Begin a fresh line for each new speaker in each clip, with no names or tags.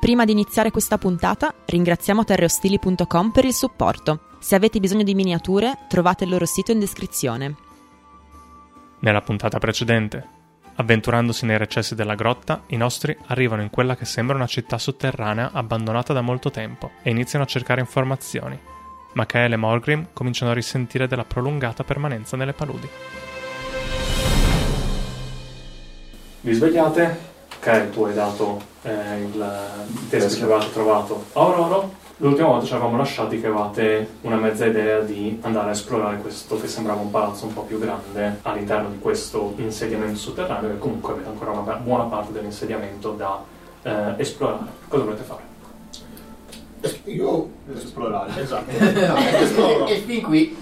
Prima di iniziare questa puntata, ringraziamo terreostili.com per il supporto. Se avete bisogno di miniature, trovate il loro sito in descrizione.
Nella puntata precedente, avventurandosi nei recessi della grotta, i nostri arrivano in quella che sembra una città sotterranea abbandonata da molto tempo e iniziano a cercare informazioni. Ma Kael e Morgrim cominciano a risentire della prolungata permanenza nelle paludi. Vi svegliate? Kael, tu hai dato eh, il testo che avevate trovato a Ororo. L'ultima volta ci eravamo lasciati che avevate una mezza idea di andare a esplorare questo che sembrava un palazzo un po' più grande all'interno di questo insediamento sotterraneo e comunque avete ancora una be- buona parte dell'insediamento da eh, esplorare. Cosa volete fare?
Io
esplorare.
Esatto.
e fin qui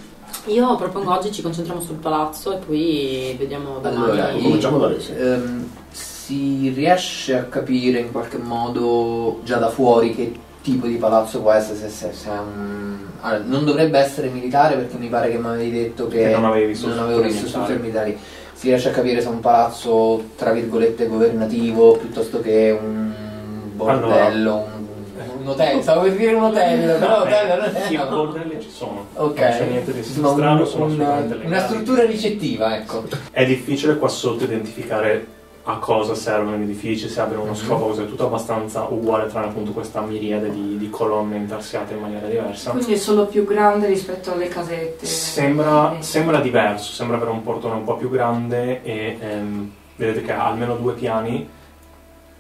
io propongo oggi ci concentriamo sul palazzo e poi vediamo domani.
Allora, cominciamo da Alessia.
Ehm, si riesce a capire in qualche modo già da fuori che tipo di palazzo può essere se, se- se è un- allora, non dovrebbe essere militare perché mi pare che mi avevi detto che,
Che non avevi visto
non
strutture
avevo visto
militari.
strutture militari si riesce a capire se è un palazzo tra virgolette governativo piuttosto che un bordello un, un hotel stavo per dire un hotel però hotel non
Eh,
è
I bordelli ci sono.
ok
Non c'è niente di
Insomma,
strano,
un-
sono
un-
assolutamente
una
legali.
struttura ricettiva ecco
È difficile qua sotto identificare a cosa servono gli edifici, se abbiano uno
Mhm.
scopo, cosa è tutto abbastanza uguale, tranne appunto questa miriade di, di colonne intarsiate in maniera diversa.
Quindi è solo più grande rispetto alle casette.
Sembra,
Eh,
sembra diverso, sembra avere un portone un po' più grande e ehm, vedete che ha almeno due piani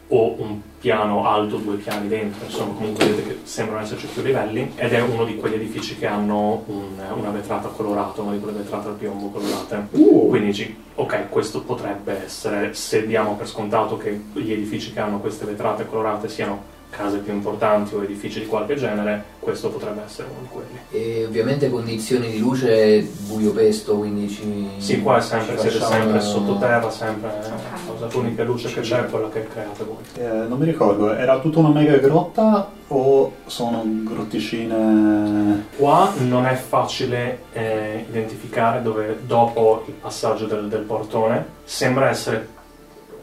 o un piano alto, due piani dentro, insomma comunque vedete che sembrano esserci più livelli ed è uno di quegli edifici che hanno un- una vetrata colorata, una di quelle vetrate al piombo colorate.
Uh,
Quindi dici, ok, questo potrebbe essere, se diamo per scontato che gli edifici che hanno queste vetrate colorate siano case più importanti o edifici di qualche genere, questo potrebbe essere uno di quelli.
E ovviamente condizioni di luce buio pesto, quindi ci.
Sì, qua è sempre,
ci
siete
facciamo-
sempre sottoterra, sempre eh, la cosa, l'unica luce che c'è è quella che create voi.
Eh, non mi ricordo, era tutta una mega grotta o sono grotticine?
Qua non è facile eh, identificare dove dopo il passaggio del, del portone sembra essere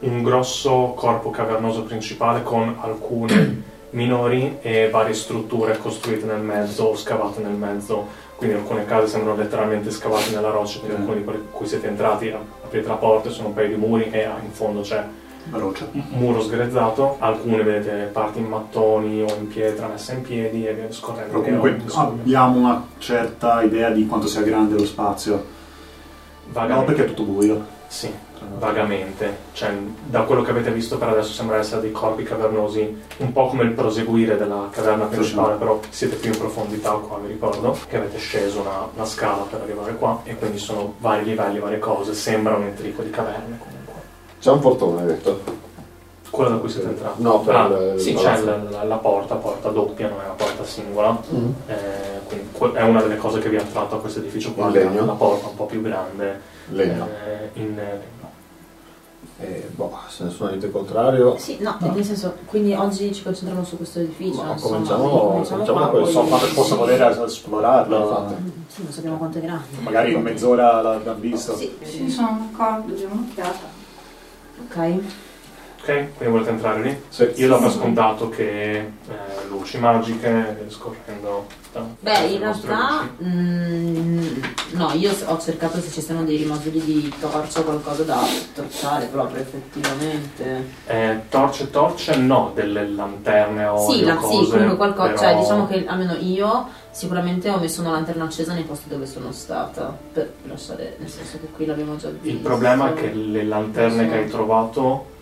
un grosso corpo cavernoso principale con alcune minori e varie strutture costruite nel mezzo o scavate nel mezzo. Quindi alcune case sembrano letteralmente scavate nella roccia, perché
Mm.
alcuni di quelli in cui siete entrati aprite la porta, ci sono un paio di muri e ah, in fondo c'è
Veloce.
muro sgrezzato, alcune vedete parti in mattoni o in pietra messa in piedi e via discorrendo.
Però comunque ah,
Che è un-
abbiamo una certa idea di quanto sia grande lo spazio. No,
vagamente,
perché è tutto buio.
sì, vagamente. Cioè, da quello che avete visto per adesso sembra essere dei corpi cavernosi, un po' come il proseguire della caverna principale, però siete più in profondità qua, vi ricordo, che avete sceso una, una scala per arrivare qua e quindi sono vari livelli, varie cose, sembra un entrico di caverne comunque.
C'è un portone, hai detto?
Quello da cui siete entrati?
No,
Cioè,
per
Ah,
il- il
sì, c'è
palazzo.
la, la- la porta, porta doppia, non è una porta singola.
Mm.
Eh, quindi que- è una delle cose che vi ha attratto a questo edificio qua,
In legno?
una porta un po' più grande.
Legno.
eh, in legno.
Eh, boh, se nessuno ha niente contrario.
Sì, no, nel senso, quindi oggi ci concentriamo su questo edificio.
Ma
insomma,
cominciamo-
sì,
cominciamo
qua,
con il
poi-
sofà,
Quanto ci possa volere a esplorarlo?
Infatti.
Sì, non sappiamo quanto è grande.
Magari in mezz'ora l'abbiamo visto.
Sì,
Sì, sono d'accordo, diamo un'occhiata.
ok.
Ok, quindi volete entrare lì?
Sì.
Io do per scontato che eh, luci magiche, eh, scorrendo. da-
Beh, in
dalle vostre
realtà,
luci.
mm, no, io s- ho cercato se ci sono dei rimoduli di torcia o qualcosa da torciare proprio effettivamente.
Eh, torce, torce, no, delle lanterne o
sì,
le
la-
cose,
sì, comunque qualcosa,
però-
cioè diciamo che almeno io sicuramente ho messo una lanterna accesa nei posti dove sono stata, per lasciare, nel senso che qui l'abbiamo già visto.
Il problema è che le lanterne
Sì.
che hai trovato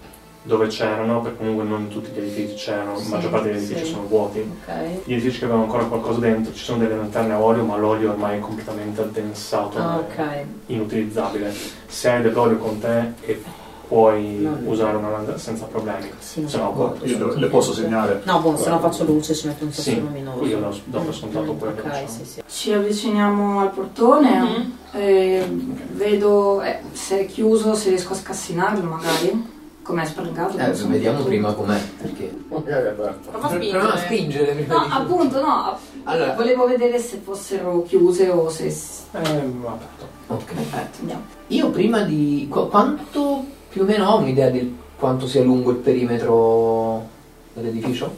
dove c'erano, perché comunque non tutti gli edifici c'erano, la
Sì,
maggior parte degli edifici
sì.
sono vuoti.
Ok.
Gli edifici che avevano ancora qualcosa dentro, ci sono delle lanterne a olio, ma l'olio ormai è completamente addensato,
Ah,
è
ok.
inutilizzabile. Se hai dell'olio con te e puoi
No.
usare una lanterna senza problemi.
Sì, non
Se
so,
no,
boh,
Io
posso-
le- le posso segnare.
No, boh, se no faccio luce, ci metto un
Sì,
soffio luminoso.
io lo- do per scontato
Mm,
poi che
Ok,
facciamo.
sì, sì.
Ci avviciniamo al portone,
Mhm.
eh, vedo eh, se è chiuso, se riesco a scassinarlo magari. Com'è spalancato?
Eh,
penso.
vediamo prima com'è. Perché.
Magari è aperto.
Prova a
Prova a
spingere.
spingere prima
No,
di-
appunto, no. app-
Allora.
Volevo vedere se fossero chiuse o se...
Ehm, aperto.
Ok.
Perfetto, andiamo.
Io prima di. qu- quanto più o meno ho un'idea di quanto sia lungo il perimetro dell'edificio?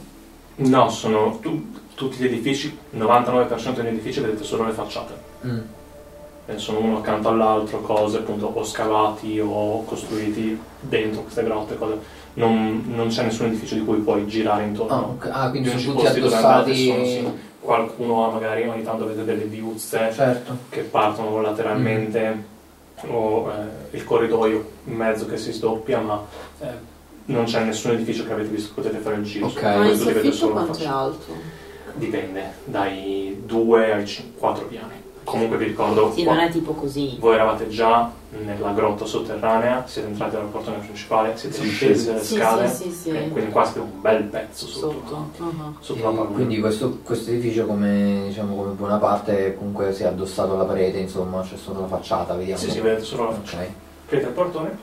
No, sono tu- tutti gli edifici, 99% degli edifici vedete solo le facciate.
Mm.
Eh, sono uno accanto all'altro, cose appunto o scavati o costruiti dentro queste grotte, cose. Non, non c'è nessun edificio di cui puoi girare
Ah,
intorno.
ok. Ah, quindi
Gli unici
sono tutti
posti dove
addossati.
andate sono, Qualcuno ha magari ogni tanto vede delle viuzze
Certo.
che partono lateralmente o eh, il corridoio in mezzo che si sdoppia, ma eh, non c'è nessun edificio che avete visto che potete fare il giro.
Ok.
Sono
Ma il
tutti vedete
soffitto
solo una
quanto è
facciata.
alto?
Dipende, dai 2 ai 4 piani. Comunque vi ricordo,
Sì,
qua-
non è tipo così.
voi eravate già nella grotta sotterranea, siete entrati dalla portone principale, siete
Sì,
scesi dalle
Sì,
scale,
sì, sì, sì.
e quindi qua siete un bel pezzo sotto,
Sotto. Ah,
sotto la
E
pallone.
Eh, Quindi questo, questo edificio come, diciamo, come buona parte comunque si è addossato alla parete, insomma c'è solo la facciata, vediamo.
Sì, sì, vedete solo la faccia.
Ok.
Aprite il portone,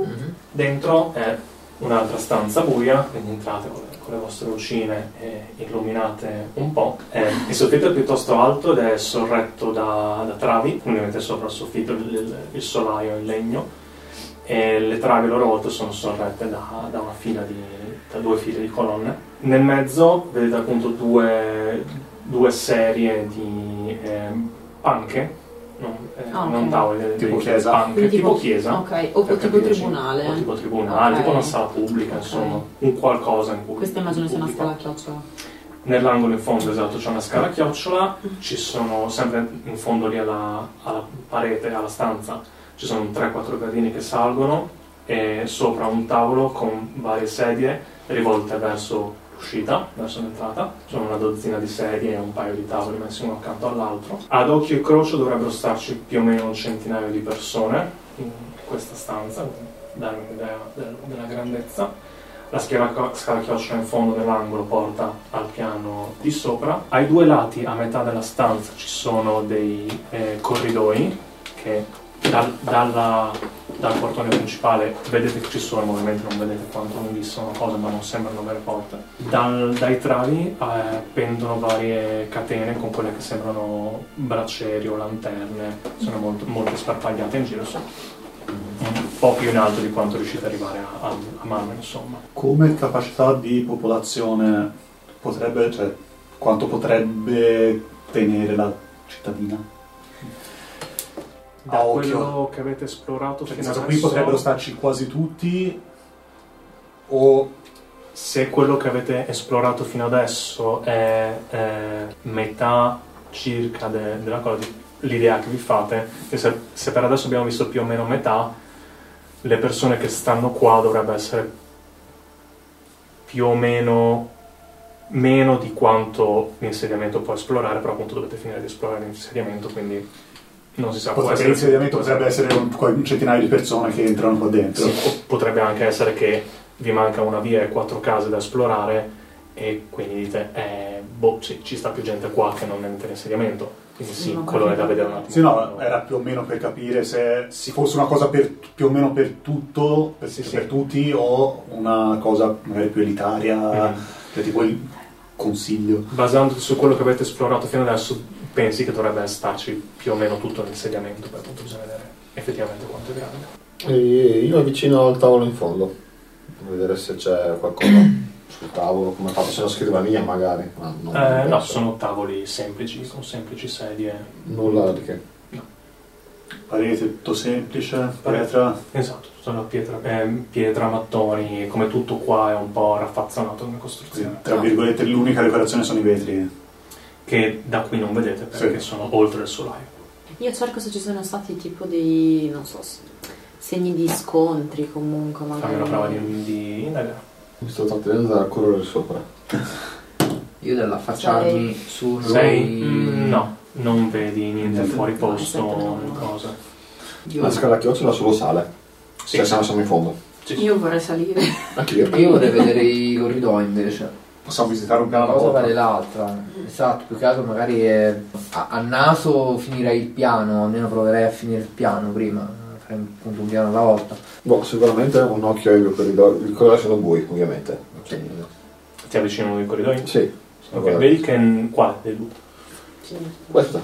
Mhm.
dentro è un'altra stanza buia, quindi entrate con le, con le vostre lucine e illuminate un po'. Eh, il soffitto è piuttosto alto ed è sorretto da, da travi, quindi avete sopra il soffitto il, il- il solaio in legno e le travi a loro volta sono sorrette da, da una fila di, da due file di colonne. Nel mezzo vedete appunto due, due serie di eh, panche, non, eh,
Ah, ok.
non tavole, delle-
Tipo
delle
chiesa.
panche,
Quindi
tipo
tipo-
chiesa
Ok, o
per
tipo
capirci,
tribunale. eh.
O tipo tribunale,
Ok.
tipo una sala pubblica,
Ok.
insomma, un qualcosa in cui.
Questa immagino sia una
pubblica.
scala a chiocciola.
Nell'angolo in fondo, esatto, c'è una scala a chiocciola, ci sono sempre in fondo lì alla, alla parete, alla stanza, ci sono 3-4 gradini che salgono e sopra un tavolo con varie sedie rivolte verso l'uscita, verso l'entrata. Ci sono una dozzina di sedie e un paio di tavoli messi uno accanto all'altro. Ad occhio e croce dovrebbero starci più o meno un centinaio di persone in questa stanza, per dare un'idea del- della grandezza. La schiera- scala chioccia in fondo dell'angolo porta al piano di sopra. Ai due lati, a metà della stanza, ci sono dei eh, corridoi che dal, dalla- dal portone principale vedete che ci sono, ovviamente non vedete quanto lunghi sono cose, ma non sembrano vere porte. Dal- dai travi eh, pendono varie catene con quelle che sembrano bracieri o lanterne, sono molto, molto sparpagliate in giro, sono un po' più in alto di quanto riuscite ad arrivare a, a, a mano, insomma.
Come capacità di popolazione potrebbe, cioè, quanto potrebbe tenere la cittadina?
da
A occhio.
quello che avete esplorato
Cioè, nel
fino
senso,
adesso
qui potrebbero starci quasi tutti o
se quello che avete esplorato fino adesso è eh, metà circa de- della cosa l'idea che vi fate e se, se per adesso abbiamo visto più o meno metà le persone che stanno qua dovrebbe essere più o meno meno di quanto l'insediamento può esplorare però appunto dovete finire di esplorare l'insediamento quindi non si sa può
potrebbe,
essere-
l'insediamento potrebbe essere un, un centinaio di persone che entrano qua dentro.
Sì, o potrebbe anche essere che vi manca una via e quattro case da esplorare e quindi dite, eh, boh, sì, ci sta più gente qua che non nell'insediamento. Quindi
Sì,
sì,
non
quello è da
capivo.
vedere un attimo.
Sì, no, era più o meno per capire se si fosse una cosa per, più o meno per tutto, per,
Sì, sì.
per tutti, o una cosa magari più elitaria,
Mm.
cioè tipo il consiglio.
Basandoti su quello che avete esplorato fino adesso, pensi che dovrebbe starci più o meno tutto l'insediamento, per appunto bisogna vedere effettivamente quanto è grande.
E io mi avvicino al tavolo in fondo, per vedere se c'è qualcosa sul tavolo, come fatto se una scrivania magari. Ma non
Eh, no,
penso.
sono tavoli semplici, con semplici sedie.
Nulla di che.
Parete tutto semplice,
Parete.
pietra.
Esatto, tutta la pietra, eh, pietra, mattoni, come tutto qua è un po' raffazzonato come costruzione.
Tra virgolette, l'unica decorazione sono i vetri.
che da qui non vedete perché
Sì.
sono oltre il solaio.
Io cerco se ci sono stati tipo dei, non so, s- segni di scontri comunque
Fammi
magari.
una prova di, di indagare.
Mi sto trattenendo dal colore sopra.
Io dell'affacciarmi sul
Sei?
Roy-
Mm, no, non vedi niente
Niente.
fuori posto
No, aspetta,
o
no.
cose.
Io,
La scala a chiocciola solo sale,
Sì,
se no siamo in fondo.
sì.
Io vorrei salire.
Anche io.
io vorrei vedere i corridoi invece.
Possiamo visitare un piano
Una
alla
cosa
volta.
vale l'altra. Esatto, più che altro magari eh, a, a naso finirei il piano, almeno proverei a finire il piano prima. Farei appunto un piano alla volta.
Boh, sicuramente un occhio ai corridoi. I corridoi sono bui, ovviamente. Cioè,
Ti avvicinano i corridoi?
Sì.
Ok, vedi che qua dei due,
Sì.
Questa.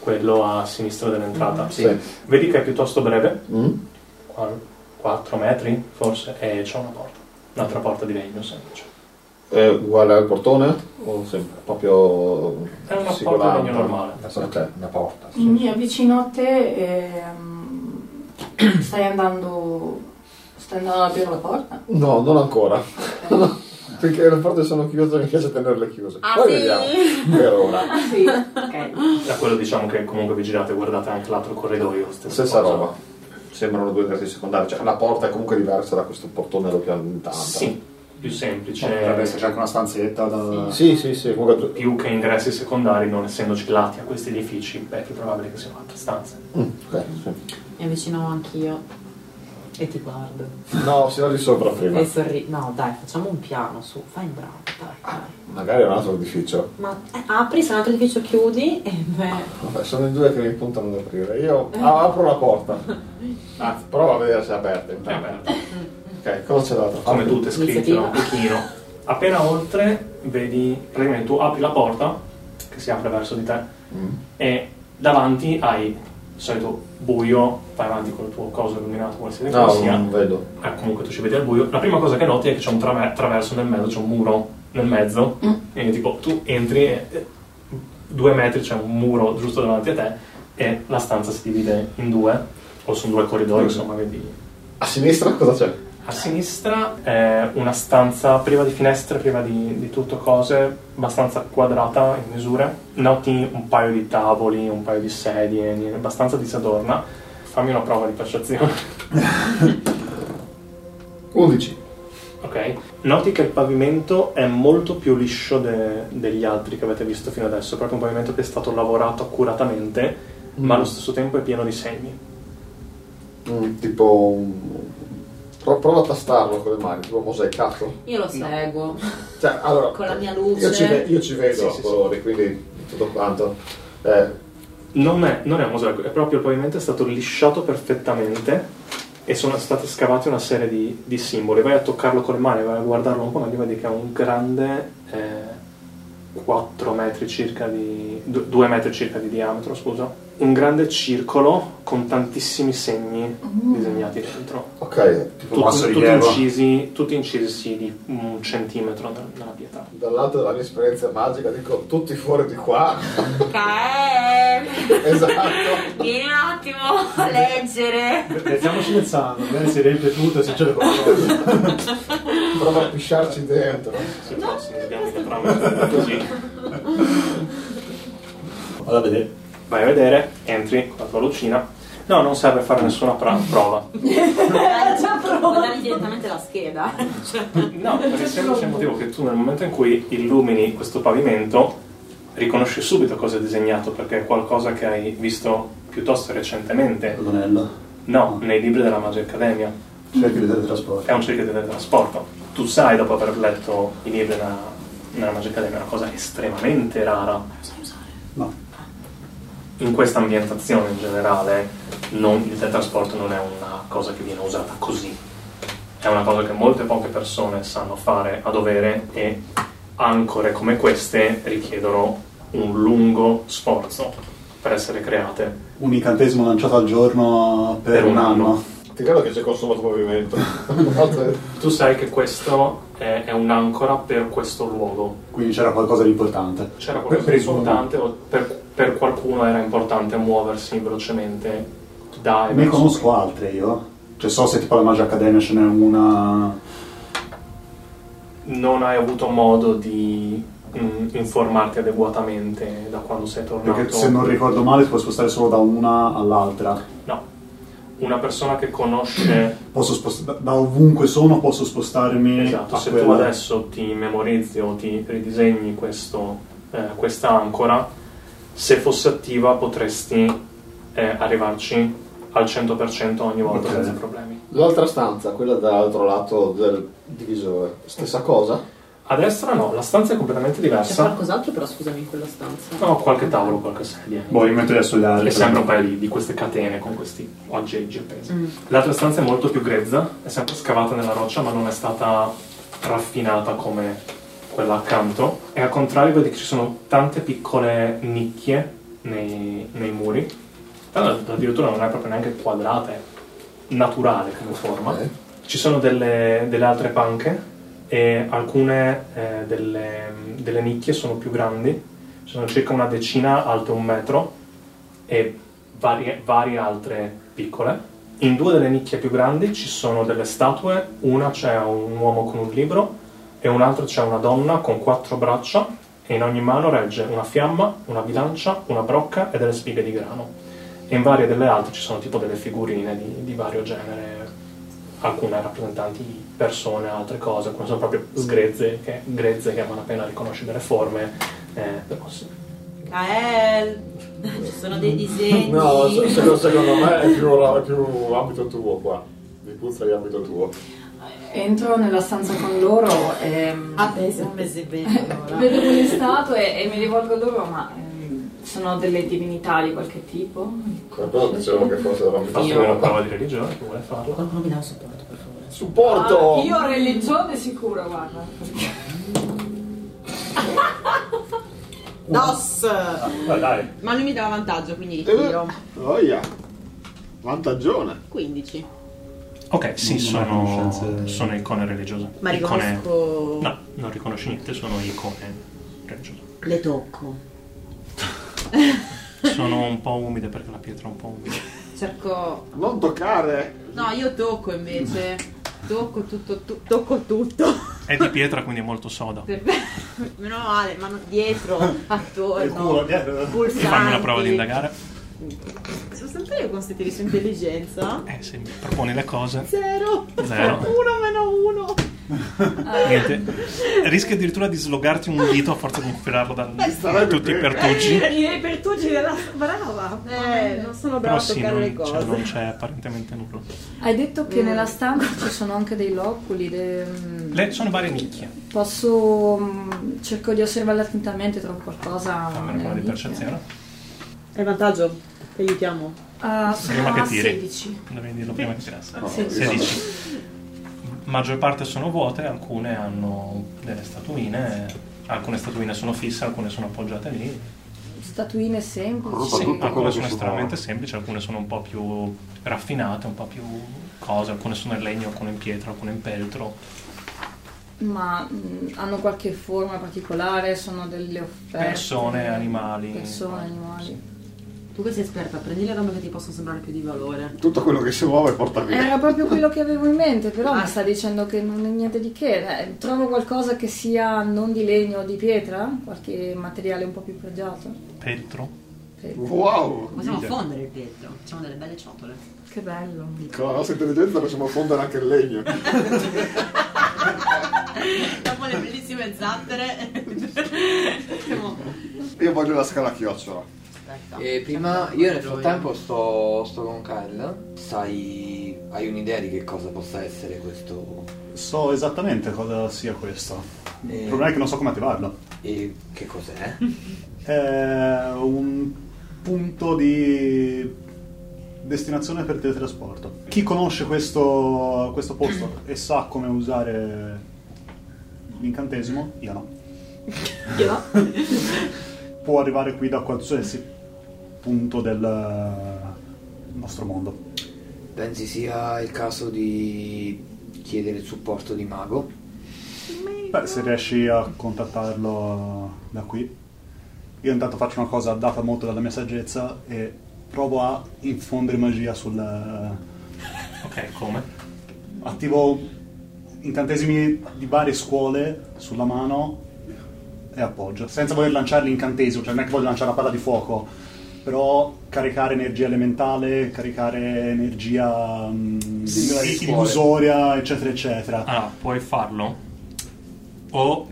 quello a sinistra dell'entrata.
Sì.
Vedi che è piuttosto breve,
Mm?
4 metri forse, e c'è una porta. Un'altra porta di legno semplice.
È uguale al portone? O sempre? Proprio
È una porta
singolare? Ah,
di legno normale.
Una porta, una porta. sì.
Mi avvicino a te e ehm, stai andando. Stai andando ad aprire la porta?
No, non ancora. No, Perché le porte sono chiuse, mi piace tenerle chiuse.
Ah,
Poi
sì?
vediamo. Per ora.
Ah sì, ok.
Da quello diciamo che comunque vigilate, guardate anche l'altro corridoio. stessa
Stessa
cosa.
roba. Sembrano due case secondarie. Cioè, la porta è comunque diversa da questo portone allo piano di tanta.
Sì, più semplice.
Dovrebbe esserci anche una stanzetta da...
Sì, sì, sì. Comunque...
Più che ingressi secondari, non essendoci lati a questi edifici, beh, è più probabile che siano altre stanze.
Mm, ok, sì.
Mi avvicino anch'io e ti guardo.
No, si va lì sopra prima.
Eh
E sorri. No, dai, facciamo un piano su. Fai in bravo, dai, dai.
Magari è un altro edificio.
Ma eh, apri, se un altro edificio chiudi e beh.
Vabbè, sono i due che mi puntano ad aprire. Io ah, apro la porta. Ah, Anzi, provo a vedere se è aperta.
È aperta.
Ok, cosa c'è l'altro?
Cioè, Eh, come tutte scritte
Iniziativa.
un pochino. Appena oltre, vedi, praticamente tu apri la porta che si apre verso di te
Mm.
e davanti hai il solito buio, vai avanti col tuo coso illuminato, qualsiasi cosa
No,
sia.
non vedo.
Eh, comunque tu ci vedi al buio. La prima cosa che noti è che c'è un trave- traverso nel mezzo, c'è un muro nel mezzo. E tipo tu entri e eh, due metri c'è un muro giusto davanti a te e la stanza si divide in due, o sono due corridoi, insomma, vedi
A sinistra cosa c'è?
a sinistra è una stanza priva di finestre, priva di, di tutto cose, abbastanza quadrata in misure. Noti un paio di tavoli, un paio di sedie, niente- abbastanza disadorna. Fammi una prova di percezione.
11.
Ok. Noti che il pavimento è molto più liscio de- degli altri che avete visto fino adesso, è proprio un pavimento che è stato lavorato accuratamente, ma allo stesso tempo è pieno di semi.
Mm, tipo un... Pro- prova a tastarlo con le mani, tipo mosaicato.
Io lo seguo.
Cioè, allora,
Con la mia luce.
Io ci, ve- io ci vedo
Sì,
a
sì,
colori, quindi tutto quanto. Eh,
Non è, non è un mosaico, è proprio il pavimento è stato lisciato perfettamente e sono state scavate una serie di, di simboli. Vai a toccarlo con le mani, vai a guardarlo un po', meglio, vedi che è un grande eh, 4 metri circa di... 2 metri circa di diametro, scusa. Un grande circolo con tantissimi segni disegnati dentro.
ok, tipo
Tutto-
ma-
basso
tutti,
rilievo.
incisi, tutti incisi di un centimetro dal- dalla pietà.
dall'alto della mia esperienza magica dico tutti fuori di qua.
Ok.
esatto.
Vieni un attimo a leggere.
Mettiamoci nel sangue, vedere se riempie tutto e succede qualcosa.
Prova a pisciarci dentro.
Se fosse un diametro trama, così.
Vado a vedere.
Vai a vedere, entri con la tua lucina. No, non serve fare nessuna pra- prova.
Guardavi direttamente la scheda.
No, per il semplice motivo che tu nel momento in cui illumini questo pavimento riconosci subito cosa è disegnato perché è qualcosa che hai visto piuttosto recentemente.
L'anello.
No, nei libri della Magia Accademia.
Cerchi di teletrasporto.
È un cerchio di teletrasporto. Tu sai, dopo aver letto i libri della, della Magia Accademia, è una cosa estremamente rara.
No.
in questa ambientazione in generale non- il teletrasporto non è una cosa che viene usata così. È una cosa che molte poche persone sanno fare a dovere e ancore come queste richiedono un lungo sforzo per essere create.
Un incantesimo lanciato al giorno per,
Per un
un anno.
anno.
Ti credo che si è consumato il pavimento. Altre-
Tu sai che questo è, è un'ancora per questo luogo.
Quindi c'era qualcosa di importante.
C'era
Per-
qualcosa
per
di
il momento.
importante o per, per qualcuno era importante muoversi velocemente da e
Ne
verso
conosco altre io. Cioè so se tipo la Magia Academia ce n'è una...
non hai avuto modo di mm, informarti adeguatamente da quando sei tornato.
Perché se non ricordo male si può spostare solo da una all'altra.
No. Una persona che conosce...
Posso spostare... Da ovunque sono posso spostarmi
esatto,
Mm, a
se tu
quella.
adesso ti memorizzi o ti ridisegni questo, eh, questa ancora, se fosse attiva potresti eh, arrivarci al 100% ogni volta
Ok.
senza problemi.
L'altra stanza, quella dall'altro lato del divisore, stessa cosa?
A destra no, la stanza è completamente
C'è
diversa.
qualcos'altro però scusami in quella stanza.
No, qualche tavolo, qualche sedia.
Boh, io metto lì a studiare.
E sembra un paio di, di queste catene con questi aggeggi appesi.
Mm.
L'altra stanza è molto più grezza, è sempre scavata nella roccia, ma non è stata raffinata come quella accanto. E al contrario, vedi che ci sono tante piccole nicchie nei, nei muri. Tra l'altro, addirittura non è proprio neanche quadrata, è naturale come forma.
Eh.
Ci sono delle, delle altre panche e alcune eh, delle, delle nicchie sono più grandi, sono circa una decina alte un metro e varie, varie altre piccole. In due delle nicchie più grandi ci sono delle statue, una c'è un uomo con un libro e un'altra c'è una donna con quattro braccia e in ogni mano regge una fiamma, una bilancia, una brocca e delle spighe di grano. E in varie delle altre ci sono tipo delle figurine di, di vario genere, alcune rappresentanti persone, altre cose, alcune sono proprio sgrezze che, grezze che vanno appena riconoscere le forme. eh, però sì.
Kael, ci sono dei disegni.
No, se- secondo, secondo me è più, la- è più abito tuo qua. Mi puzza di abito tuo.
Entro nella stanza con loro e
Ah, beh, sono messi bene. allora.
vedo quelle statue e mi rivolgo a loro, ma ehm, sono delle divinità di qualche tipo?
Eh, Però dicevo che forse era un
Faccio una prova di religione, chi vuole farla?
Qualcuno mi dà un supporto, per favore.
Supporto!
Ah, io religione sicuro, guarda.
Dos!
Ah, dai,
Ma lui mi dava vantaggio, quindi ritiro.
Oh, yeah. Vantaggione.
15.
Ok, sì,
Non ho
sono,
conoscenze-
sono icone religiose.
Ma
Icone-
riconosco...
No, non riconosci niente, sono icone religiose.
Le tocco.
Sono un po' umide perché la pietra è un po' umida.
Cerco...
Non toccare!
No, io tocco invece. Tocco tutto, tu- tocco tutto.
È di pietra, quindi è molto soda.
Per- Meno male, ma non- dietro,
Il culo
attorno,
dietro.
pulsanti.
Fammi una prova di indagare.
Sono sempre io con questi tiri su intelligenza.
Eh, se mi proponi le cose,
Zero.
Zero.
Uno meno uno.
niente. Rischi addirittura di slogarti un dito a forza di infilarlo dal,
Eh,
da tutti i pertuggi.
I pertugi della brava. Eh, non sono brava
Però
a
sì,
toccare
non,
le
cioè,
cose.
non c'è apparentemente nulla.
Hai detto che nella stanza ci sono anche dei loculi. de- mm,
Le, sono varie nicchie.
Posso. mm, cerco di osservarle attentamente, trovo qualcosa.
Ah,
eh,
Fammi una prova di
nella
percezione.
Hai vantaggio? Ti aiutiamo.
Ah, sono
Prima che
a
tiri.
16.
Devi dirlo prima che ti resta.
No, io
16. Maggior parte sono vuote, alcune hanno delle statuine, alcune statuine sono fisse, alcune sono appoggiate lì.
Statuine semplici. Ecco.
Sì,
tutto quello
alcune
che
sono
si
estremamente semplici, alcune sono un po' più raffinate, un po' più cose, alcune sono in legno, alcune in pietra, alcune in peltro.
Ma mm, hanno qualche forma particolare? Sono delle offerte?
Persone, animali.
Persone, animali.
Tu che sei esperta, prendi le robe che ti possono sembrare più di valore.
Tutto quello che si muove porta via.
Era proprio Ah. quello che avevo in mente, però mi sta dicendo che non è niente di che. Eh, trovo qualcosa che sia non di legno o di pietra? Qualche materiale un po' più pregiato?
Peltro?
Wow!
Possiamo fondere il vetro, facciamo delle belle ciotole.
Che bello.
Con la nostra intelligenza facciamo fondere anche il legno.
Dopo le bellissime zattere. Siamo-
Io voglio la scala chiocciola.
Aspetta.
E prima, io nel frattempo sto, sto con Kyle. Sai, hai un'idea di che cosa possa essere questo?
so esattamente cosa sia questo. Il
Eh.
problema è che non so come attivarlo.
E che cos'è?
È un punto di destinazione per teletrasporto. Chi conosce questo, questo posto e sa come usare l'incantesimo, io no,
Io no.
può arrivare qui da qualsiasi punto del nostro mondo.
Pensi sia il caso di chiedere il supporto di Mago?
Beh, se riesci a contattarlo da qui. Io intanto faccio una cosa data molto dalla mia saggezza e provo a infondere magia sul... eh,
Ok, come?
Attivo incantesimi di varie scuole sulla mano e appoggio. Senza voler lanciare l'incantesimo, cioè non è che voglio lanciare una palla di fuoco, però caricare energia elementale, caricare energia mm,
Sì, dalle
i-
scuole.
illusoria, eccetera, eccetera.
Allora, puoi farlo o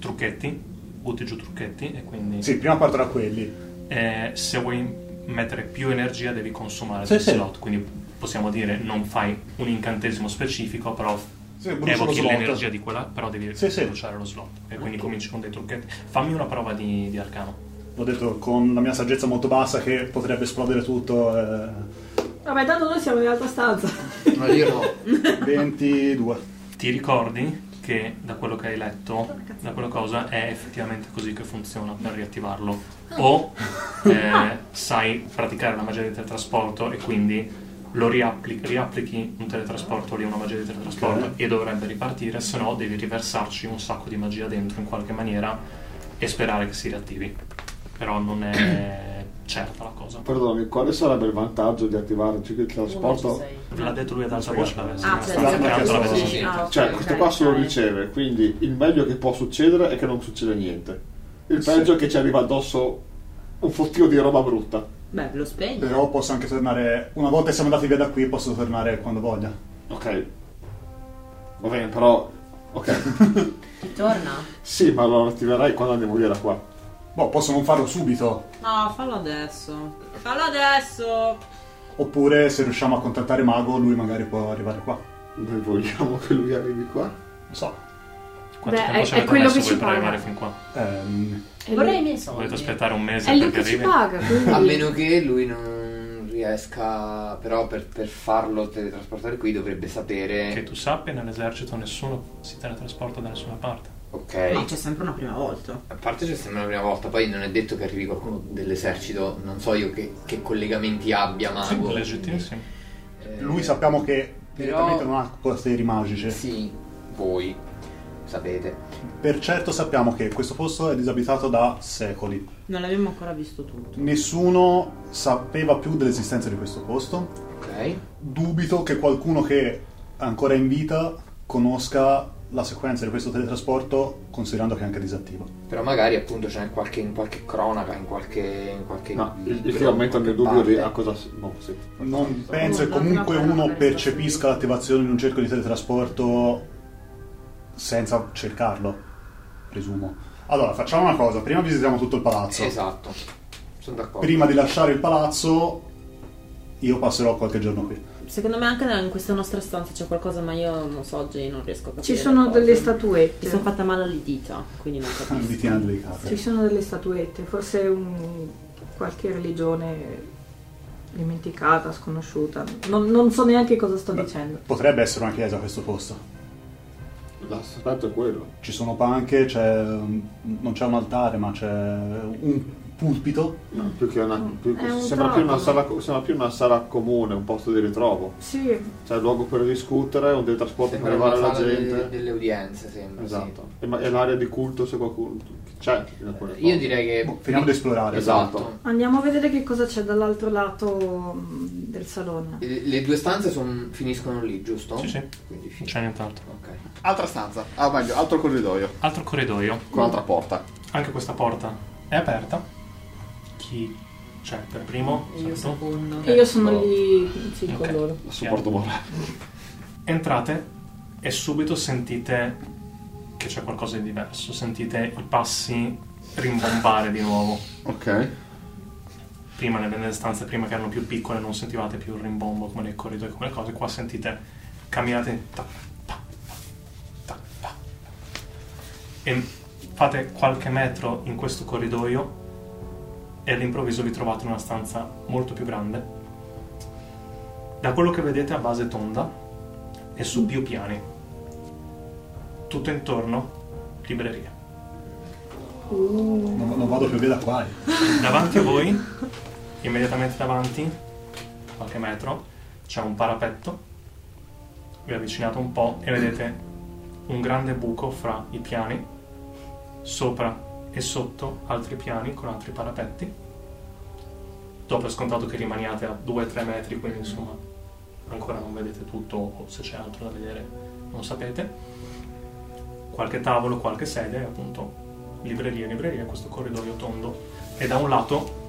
trucchetti, butti giù trucchetti e quindi
Sì, prima parto da quelli.
eh, se vuoi mettere più energia devi consumare
Sì,
del
sì.
slot, quindi possiamo dire non fai un incantesimo specifico, però
Sì, brucio lo
evochi
slot.
l'energia di quella, però devi
Sì, sì.
bruciare lo slot e quindi cominci con dei trucchetti. Fammi una prova di, di arcano.
L'ho detto con la mia saggezza molto bassa che potrebbe esplodere tutto. eh.
Vabbè, tanto noi siamo nell'altra stanza.
No, io no.
22.
Ti ricordi che da quello che hai letto, da quella cosa, è effettivamente così che funziona per riattivarlo.
Ah.
O eh, sai praticare la magia di teletrasporto e quindi lo riapplichi, riapplichi un teletrasporto lì, una magia di teletrasporto
Ok.
e dovrebbe ripartire, se no devi riversarci un sacco di magia dentro in qualche maniera e sperare che si riattivi. Però non è certa la cosa.
Perdoni, quale sarebbe il vantaggio di attivare il ciclo di trasporto?
L'ha detto lui ad alta voce, l'aveva
Ah,
l'aveva
cioè,
detto,
perché
tanto l'aveva
sono-
sentito.
Ah, ok,
Cioè,
ok,
questo qua solo
ok.
riceve, quindi il meglio che può succedere è che non succeda niente. Il peggio è che ci arriva addosso un fottio di roba brutta.
Beh, lo spegni.
Però posso anche tornare. Una volta che siamo andati via da qui, posso tornare quando voglia.
Ok. Va bene, però... Ok.
Ti torna?
sì, ma lo attiverai quando andiamo via da qua.
Boh, posso non farlo subito.
No, fallo adesso. Fallo adesso.
Oppure, se riusciamo a contattare Mago, lui magari può arrivare qua.
Noi vogliamo che lui arrivi qua?
Non so.
Quanto
Beh,
tempo
è-
ci avete
è quello
messo
che
voi
ci
per
paga.
arrivare fin qua?
Ehm,
È
Vorrei i
lui,
miei soldi.
Dovete aspettare un mese
è lui
perché
che ci
arrivi?
paga,
A
quindi...
meno che lui non riesca, però per, per farlo teletrasportare qui dovrebbe sapere.
Che tu sappia, nell'esercito nessuno si teletrasporta da nessuna parte.
Ok.
No, c'è sempre una prima volta.
A parte c'è sembra la prima volta, poi non è detto che arrivi qualcuno dell'esercito, non so io che, che collegamenti abbia
Ah,
Sì,
boh.
Mago.
legittimissimo.
Eh,
lui sappiamo che
però-
direttamente non ha costeri magici.
Sì, voi sapete.
Per certo sappiamo che questo posto è disabitato da secoli.
Non l'abbiamo ancora visto tutto.
Nessuno sapeva più dell'esistenza di questo posto.
Ok.
Dubito che qualcuno che è ancora in vita conosca la sequenza di questo teletrasporto, considerando che è anche disattiva.
Però magari appunto c'è qualche, in qualche cronaca, in qualche. In qualche
No, il, il
libro,
che aumenta il mio
in
dubbio
qualche
di a
parte.
cosa... si- No, sì.
Non penso che
no,
comunque
no, no,
uno
no,
percepisca l'attivazione di un cerco di teletrasporto senza cercarlo, presumo. Allora, facciamo una cosa, prima visitiamo tutto il palazzo.
Esatto. Sono d'accordo.
Prima di lasciare il palazzo, io passerò qualche giorno qui.
Secondo me anche in questa nostra stanza c'è qualcosa, ma io non so oggi non riesco a capire.
Ci
le
sono
cose.
delle
Mi sono
statuette.
fatta male alle dita, quindi non capisco.
Vitina delle
Ci sono delle statuette, forse un, qualche religione dimenticata, sconosciuta. Non, non so neanche cosa sto dicendo.
Potrebbe essere una chiesa a questo posto.
L'aspetto è quello.
Ci sono panche, c'è, mm, non c'è un altare, ma c'è un pulpito.
No, più che una, più-
È un
sembra, più
trono.
una sala, co- sembra più una sala comune, un posto di ritrovo.
Sì,
Cioè, luogo per discutere, un teletrasporto per
Sembra
arrivare
una
alla
sala
gente.
delle, delle udienze, sembra. sì.
Esatto. E, ma- e l'area di culto se qualcuno c'è in alcune
Io
cose.
direi che.
Boh, finiamo di esplorare.
Esatto.
andiamo a vedere che cosa c'è dall'altro lato mh, del salone.
Le le due stanze son- finiscono lì, giusto?
Sì, sì.
Quindi fin-
Non c'è nient'altro.
Ok.
Altra stanza. Ah, meglio, altro corridoio.
Altro corridoio.
Con un'altra porta.
Anche questa porta è aperta. Chi c'è per primo?
Io
Sei tu?
secondo.
E io sono
Boh.
Ecco.
lì sì, con
Ok.
loro.
La supporto morale.
Entrate e subito sentite che c'è qualcosa di diverso. Sentite i passi rimbombare di nuovo.
Ok.
Prima nelle- nelle stanze, prima che erano più piccole, non sentivate più il rimbombo come nei corridoi, come le cose. Qua sentite camminate tac, tac, tac, tac. e fate qualche metro in questo corridoio e all'improvviso vi trovate in una stanza molto più grande. Da quello che vedete a base tonda e su più piani. Tutto intorno libreria.
Non, non vado più via da qua. eh.
Davanti a voi, immediatamente davanti, qualche metro, c'è un parapetto. Vi avvicinate un po' e vedete un grande buco fra i piani, sopra e sotto altri piani con altri parapetti. Dopo è scontato che rimaniate a 2-3 metri, quindi insomma ancora non vedete tutto o se c'è altro da vedere non sapete. Qualche tavolo, qualche sede, appunto libreria, libreria, questo corridoio tondo e da un lato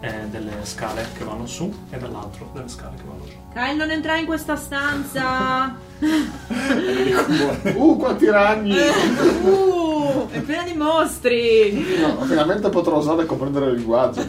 eh, delle scale che vanno su e dall'altro delle scale che vanno giù.
Kyle, non entrare in questa stanza.
Uh, quanti ragni!
uh, è piena di mostri.
No, finalmente potrò usare e comprendere il linguaggio.
E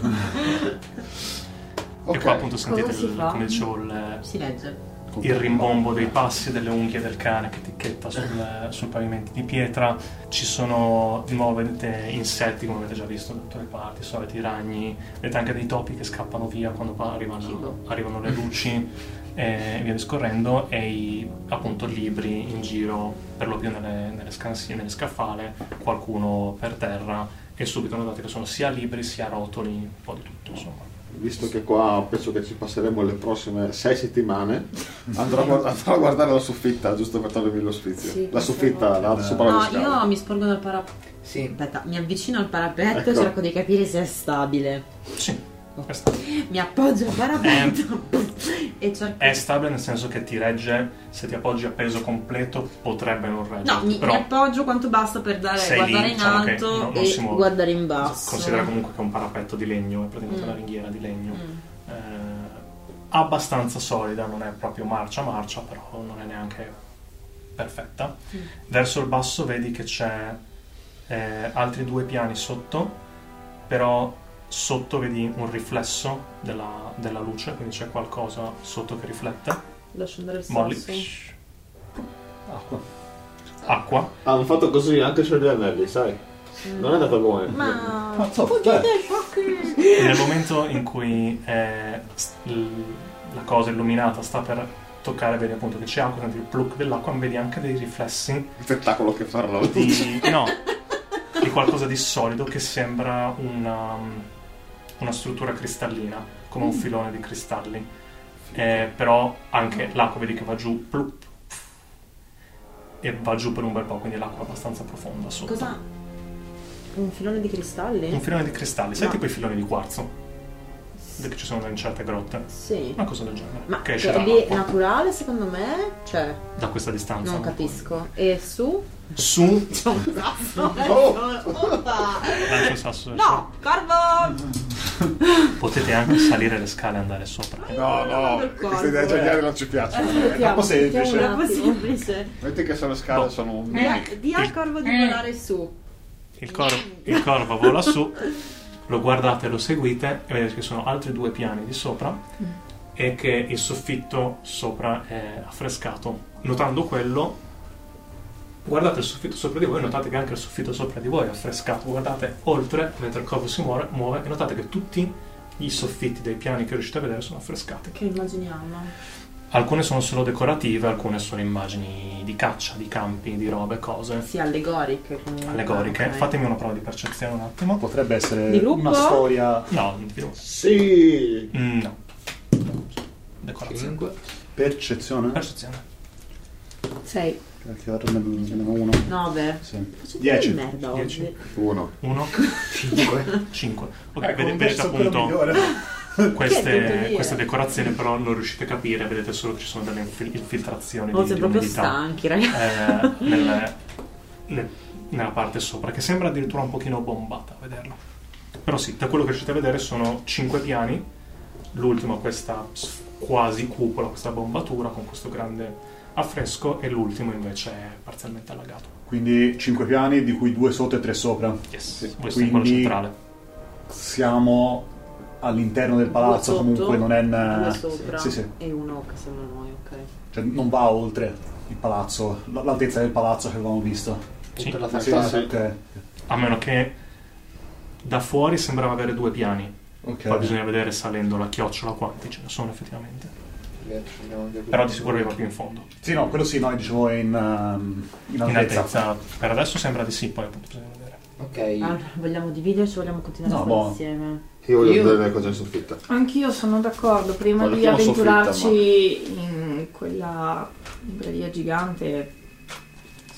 qua
ok,
appunto sentite,
si
il-
fa?
come dicevo, il,
Si legge.
il rimbombo dei passi delle unghie del cane che ticchetta sul, sul pavimento di pietra. Ci sono di nuovo vedete insetti, come avete già visto da tutte le parti, soliti ragni, vedete anche dei topi che scappano via quando pa- arrivano, arrivano le luci e via discorrendo e i, appunto libri in giro per lo più nelle, nelle scansie, nelle scaffale, qualcuno per terra e subito notate che sono sia libri sia rotoli, un po' di tutto insomma.
visto che qua penso che ci passeremo le prossime sei settimane, andrò a, guard- andrò a guardare la soffitta, giusto per togliermi lo sfizio.
Sì,
la
per
soffitta, la sopra le
No,
scale.
io mi sporgo dal parapetto. Aspetta, mi avvicino al parapetto e
Ecco.
cerco di capire se è stabile.
Sì. È sta-
Mi appoggio al parapetto
Eh.
e cerco.
È stabile nel senso che ti regge, se ti appoggi a peso completo potrebbe non reggere.
No, mi, mi
però
appoggio quanto basta per dare,
Sei lì,
guardare in
diciamo che
alto
non- non
e
si muove.
guardare in basso.
considera comunque che è un parapetto di legno, è praticamente
Mm.
una ringhiera di legno.
Mm.
Eh, abbastanza solida, non è proprio marcia marcia, però non è neanche perfetta.
Mm.
Verso il basso vedi che c'è eh, altri due piani sotto, però sotto vedi un riflesso della, della luce, quindi c'è qualcosa sotto che riflette.
Lascio andare il
Molly.
sasso.
Acqua.
Acqua.
Hanno fatto così anche sugli anelli, sai? Non è andata come.
Ma.
Cazzo,
Fuggite,
beh.
fuck!
Nel momento in cui eh, s- l- la cosa illuminata sta per toccare, vedi appunto che c'è acqua, senti il pluck dell'acqua, ma vedi anche dei riflessi
Il tentacolo che fa la
di, no, di qualcosa di solido che sembra una, una struttura cristallina, come un filone di cristalli. Eh, però anche l'acqua vedi che va giù plup, pff, e va giù per un bel po', quindi l'acqua è abbastanza profonda sotto.
Cosa? Un filone di cristalli?
Un filone di cristalli, sai
Ma-
tipo i filoni di quarzo? Vedi Che ci sono in certe grotte.
Sì.
Una cosa del genere.
Ma
che esce
cioè, lì è
dall'acqua,
naturale secondo me? Cioè,
da questa distanza.
non
no?
capisco. E su?
Su,
C'è un sasso.
Eh,
Oh!
oh,
Oppa!
lancio il sasso.
No, corvo!
Potete anche salire le scale e andare sopra.
No,
Oh,
no, questa idea di tagliare non ci piace.
È troppo semplice.
Era semplice.
Metti che sono scale, sono un
Eh.
Dai, Di al corvo di volare su.
Il, cor- il corvo vola su, lo guardate, lo seguite e vedete che ci sono altri due piani di sopra e che il soffitto sopra è affrescato. Notando quello, guardate il soffitto sopra di voi, notate che anche il soffitto sopra di voi è affrescato. Guardate oltre, mentre il corvo si muore- muove, e notate che tutti i soffitti dei piani che riuscite a vedere sono affrescati.
Che immaginiamo?
Alcune sono solo decorative, alcune sono immagini di caccia, di campi, di robe, cose
Sì, allegoriche comunque.
allegoriche.
Ok.
Fatemi una prova di percezione un attimo.
Potrebbe essere
Di lupo?
una storia
No, non più.
Sì!
Mm, no. Decorazione.
percezione.
Percezione.
6.
Perché ora ne ne abbiamo uno.
9.
Sì.
Faccio
Dieci.
di merda
Dieci.
oggi.
Uno.
1, 5, 5. Ok,
Ecco,
vede-
non
vedete
penso quello
appunto
migliore.
Che devo
queste,
dire?
queste decorazioni, però non riuscite a capire, vedete solo che ci sono delle infil- infiltrazioni
Oh,
di,
siamo
di
proprio
umidità
stanchi, ragazzi.
eh, nelle- ne- nella parte sopra, che sembra addirittura un pochino bombata a vederla. Però sì, da quello che riuscite a vedere sono 5 piani, l'ultimo questa s- quasi cupola, questa bombatura con questo grande affresco e l'ultimo invece è parzialmente allagato.
Quindi cinque piani, di cui due sotto e tre sopra.
Yes,
Sì,
questo è quello
quindi-
centrale.
Siamo all'interno del palazzo,
Due sotto,
comunque non è. in- eh,
Due sopra
Sì, sì.
e uno che siamo noi, ok.
Cioè, non va oltre il palazzo, l- l'altezza del palazzo che avevamo visto.
Sì.
la
Ah, Sì,
facciata.
Ok.
A meno che da fuori sembrava avere due piani.
Ok.
Poi bisogna vedere salendo la chiocciola quanti ce ne sono effettivamente. Però
Però
di sicuro arriva più in fondo.
Sì, no, quello sì, no, dicevo in, ehm, in
In
altezza.
altezza, per adesso sembra di sì, poi appunto bisogna vedere. Ah.
Ok.
Allora, vogliamo dividerci, vogliamo continuare
No,
a stare
boh.
insieme.
Io voglio
Io-
vedere le cose in soffitta.
Anch'io sono d'accordo, prima
Guarda,
di
chiamo soffitta,
avventurarci in quella libreria gigante,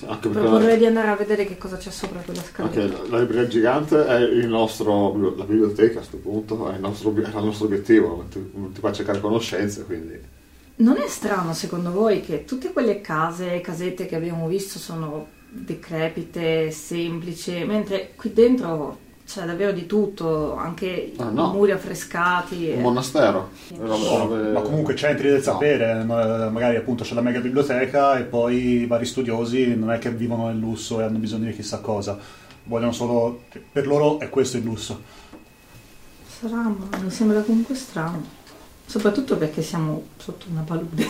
Anche perché
proporrei di andare a vedere che cosa c'è sopra quella
Anche
scaletta.
la, la libreria gigante è il nostro, la biblioteca a questo punto, è il nostro, era il nostro obiettivo, ti, ti fa cercare conoscenze, quindi
Non è strano secondo voi che tutte quelle case e casette che abbiamo visto sono decrepite, semplici, mentre qui dentro c'è davvero di tutto, anche
Ah, no.
i muri affrescati. eh,
un
e-
monastero. Robe-
No,
robe-
eh, ma comunque centri del sapere, ma- magari appunto c'è la mega biblioteca e poi i vari studiosi non è che vivono nel lusso e hanno bisogno di chissà cosa, vogliono solo, cioè, per loro è questo il lusso.
Strano, mi sembra comunque strano. Soprattutto perché siamo sotto una palude.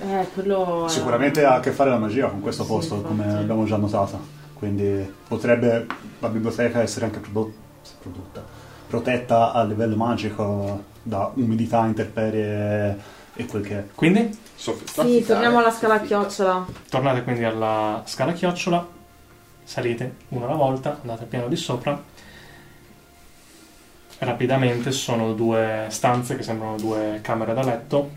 Eh, quello eh, è-
Sicuramente ha a che fare la magia con questo
Sì,
posto,
infatti.
come abbiamo già notato, quindi potrebbe la biblioteca essere anche prodo- prodotta, protetta a livello magico da umidità, interperie e quel che è.
Quindi
soffitta.
Sì, torniamo alla scala
Sì.
chiocciola.
tornate quindi alla scala chiocciola, salite una alla volta, andate al piano di sopra. rapidamente sono due stanze che sembrano due camere da letto,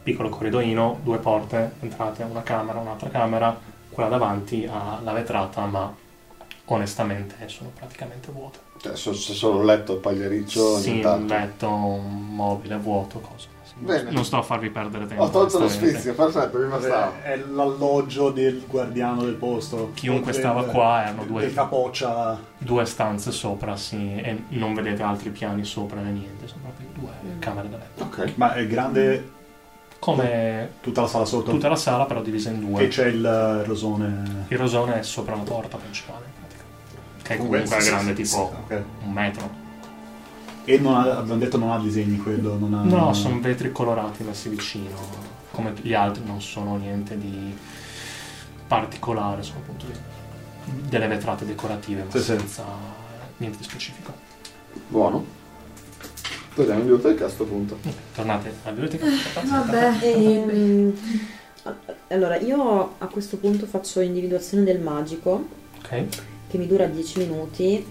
piccolo corridoino, due porte, entrate, una camera, un'altra camera, quella davanti ha la vetrata, ma onestamente sono praticamente vuote.
Cioè, so- so- solo un letto, un pagliericcio,
Sì,
ogni
un
tanto.
letto, un mobile vuoto, cose.
Bene.
Non sto a farvi perdere tempo.
Ho tolto lo
onestamente.
sfizio, perfetto, mi bastava.
Vabbè, È l'alloggio del guardiano del posto.
Chiunque
Del-
stava qua erano due-
Del capoccia.
Due stanze sopra, sì, e non vedete altri piani sopra né niente, sono proprio due camere da letto.
Ok.
Ma è grande
Come
tutta la sala sotto.
tutta la sala, però divisa in due.
E c'è il eh, rosone.
Il rosone è sopra la porta principale, in pratica. Che è
Comunque,
comunque
sì, sì,
grande
sì,
tipo
sì, ok.
un metro.
E non ha, abbiamo detto non ha disegni quello, non ha...
No, sono vetri colorati messi vicino. Come gli altri non sono niente di particolare, sono appunto di- delle vetrate decorative, ma
Sì, sì.
senza niente di specifico.
Buono. Torniamo in biblioteca a sto punto.
Tornate alla biblioteca.
Eh, Vabbè,
Eh,
Eh,
Ehm, allora, io a questo punto faccio individuazione del magico,
Ok.
che mi dura 10 minuti,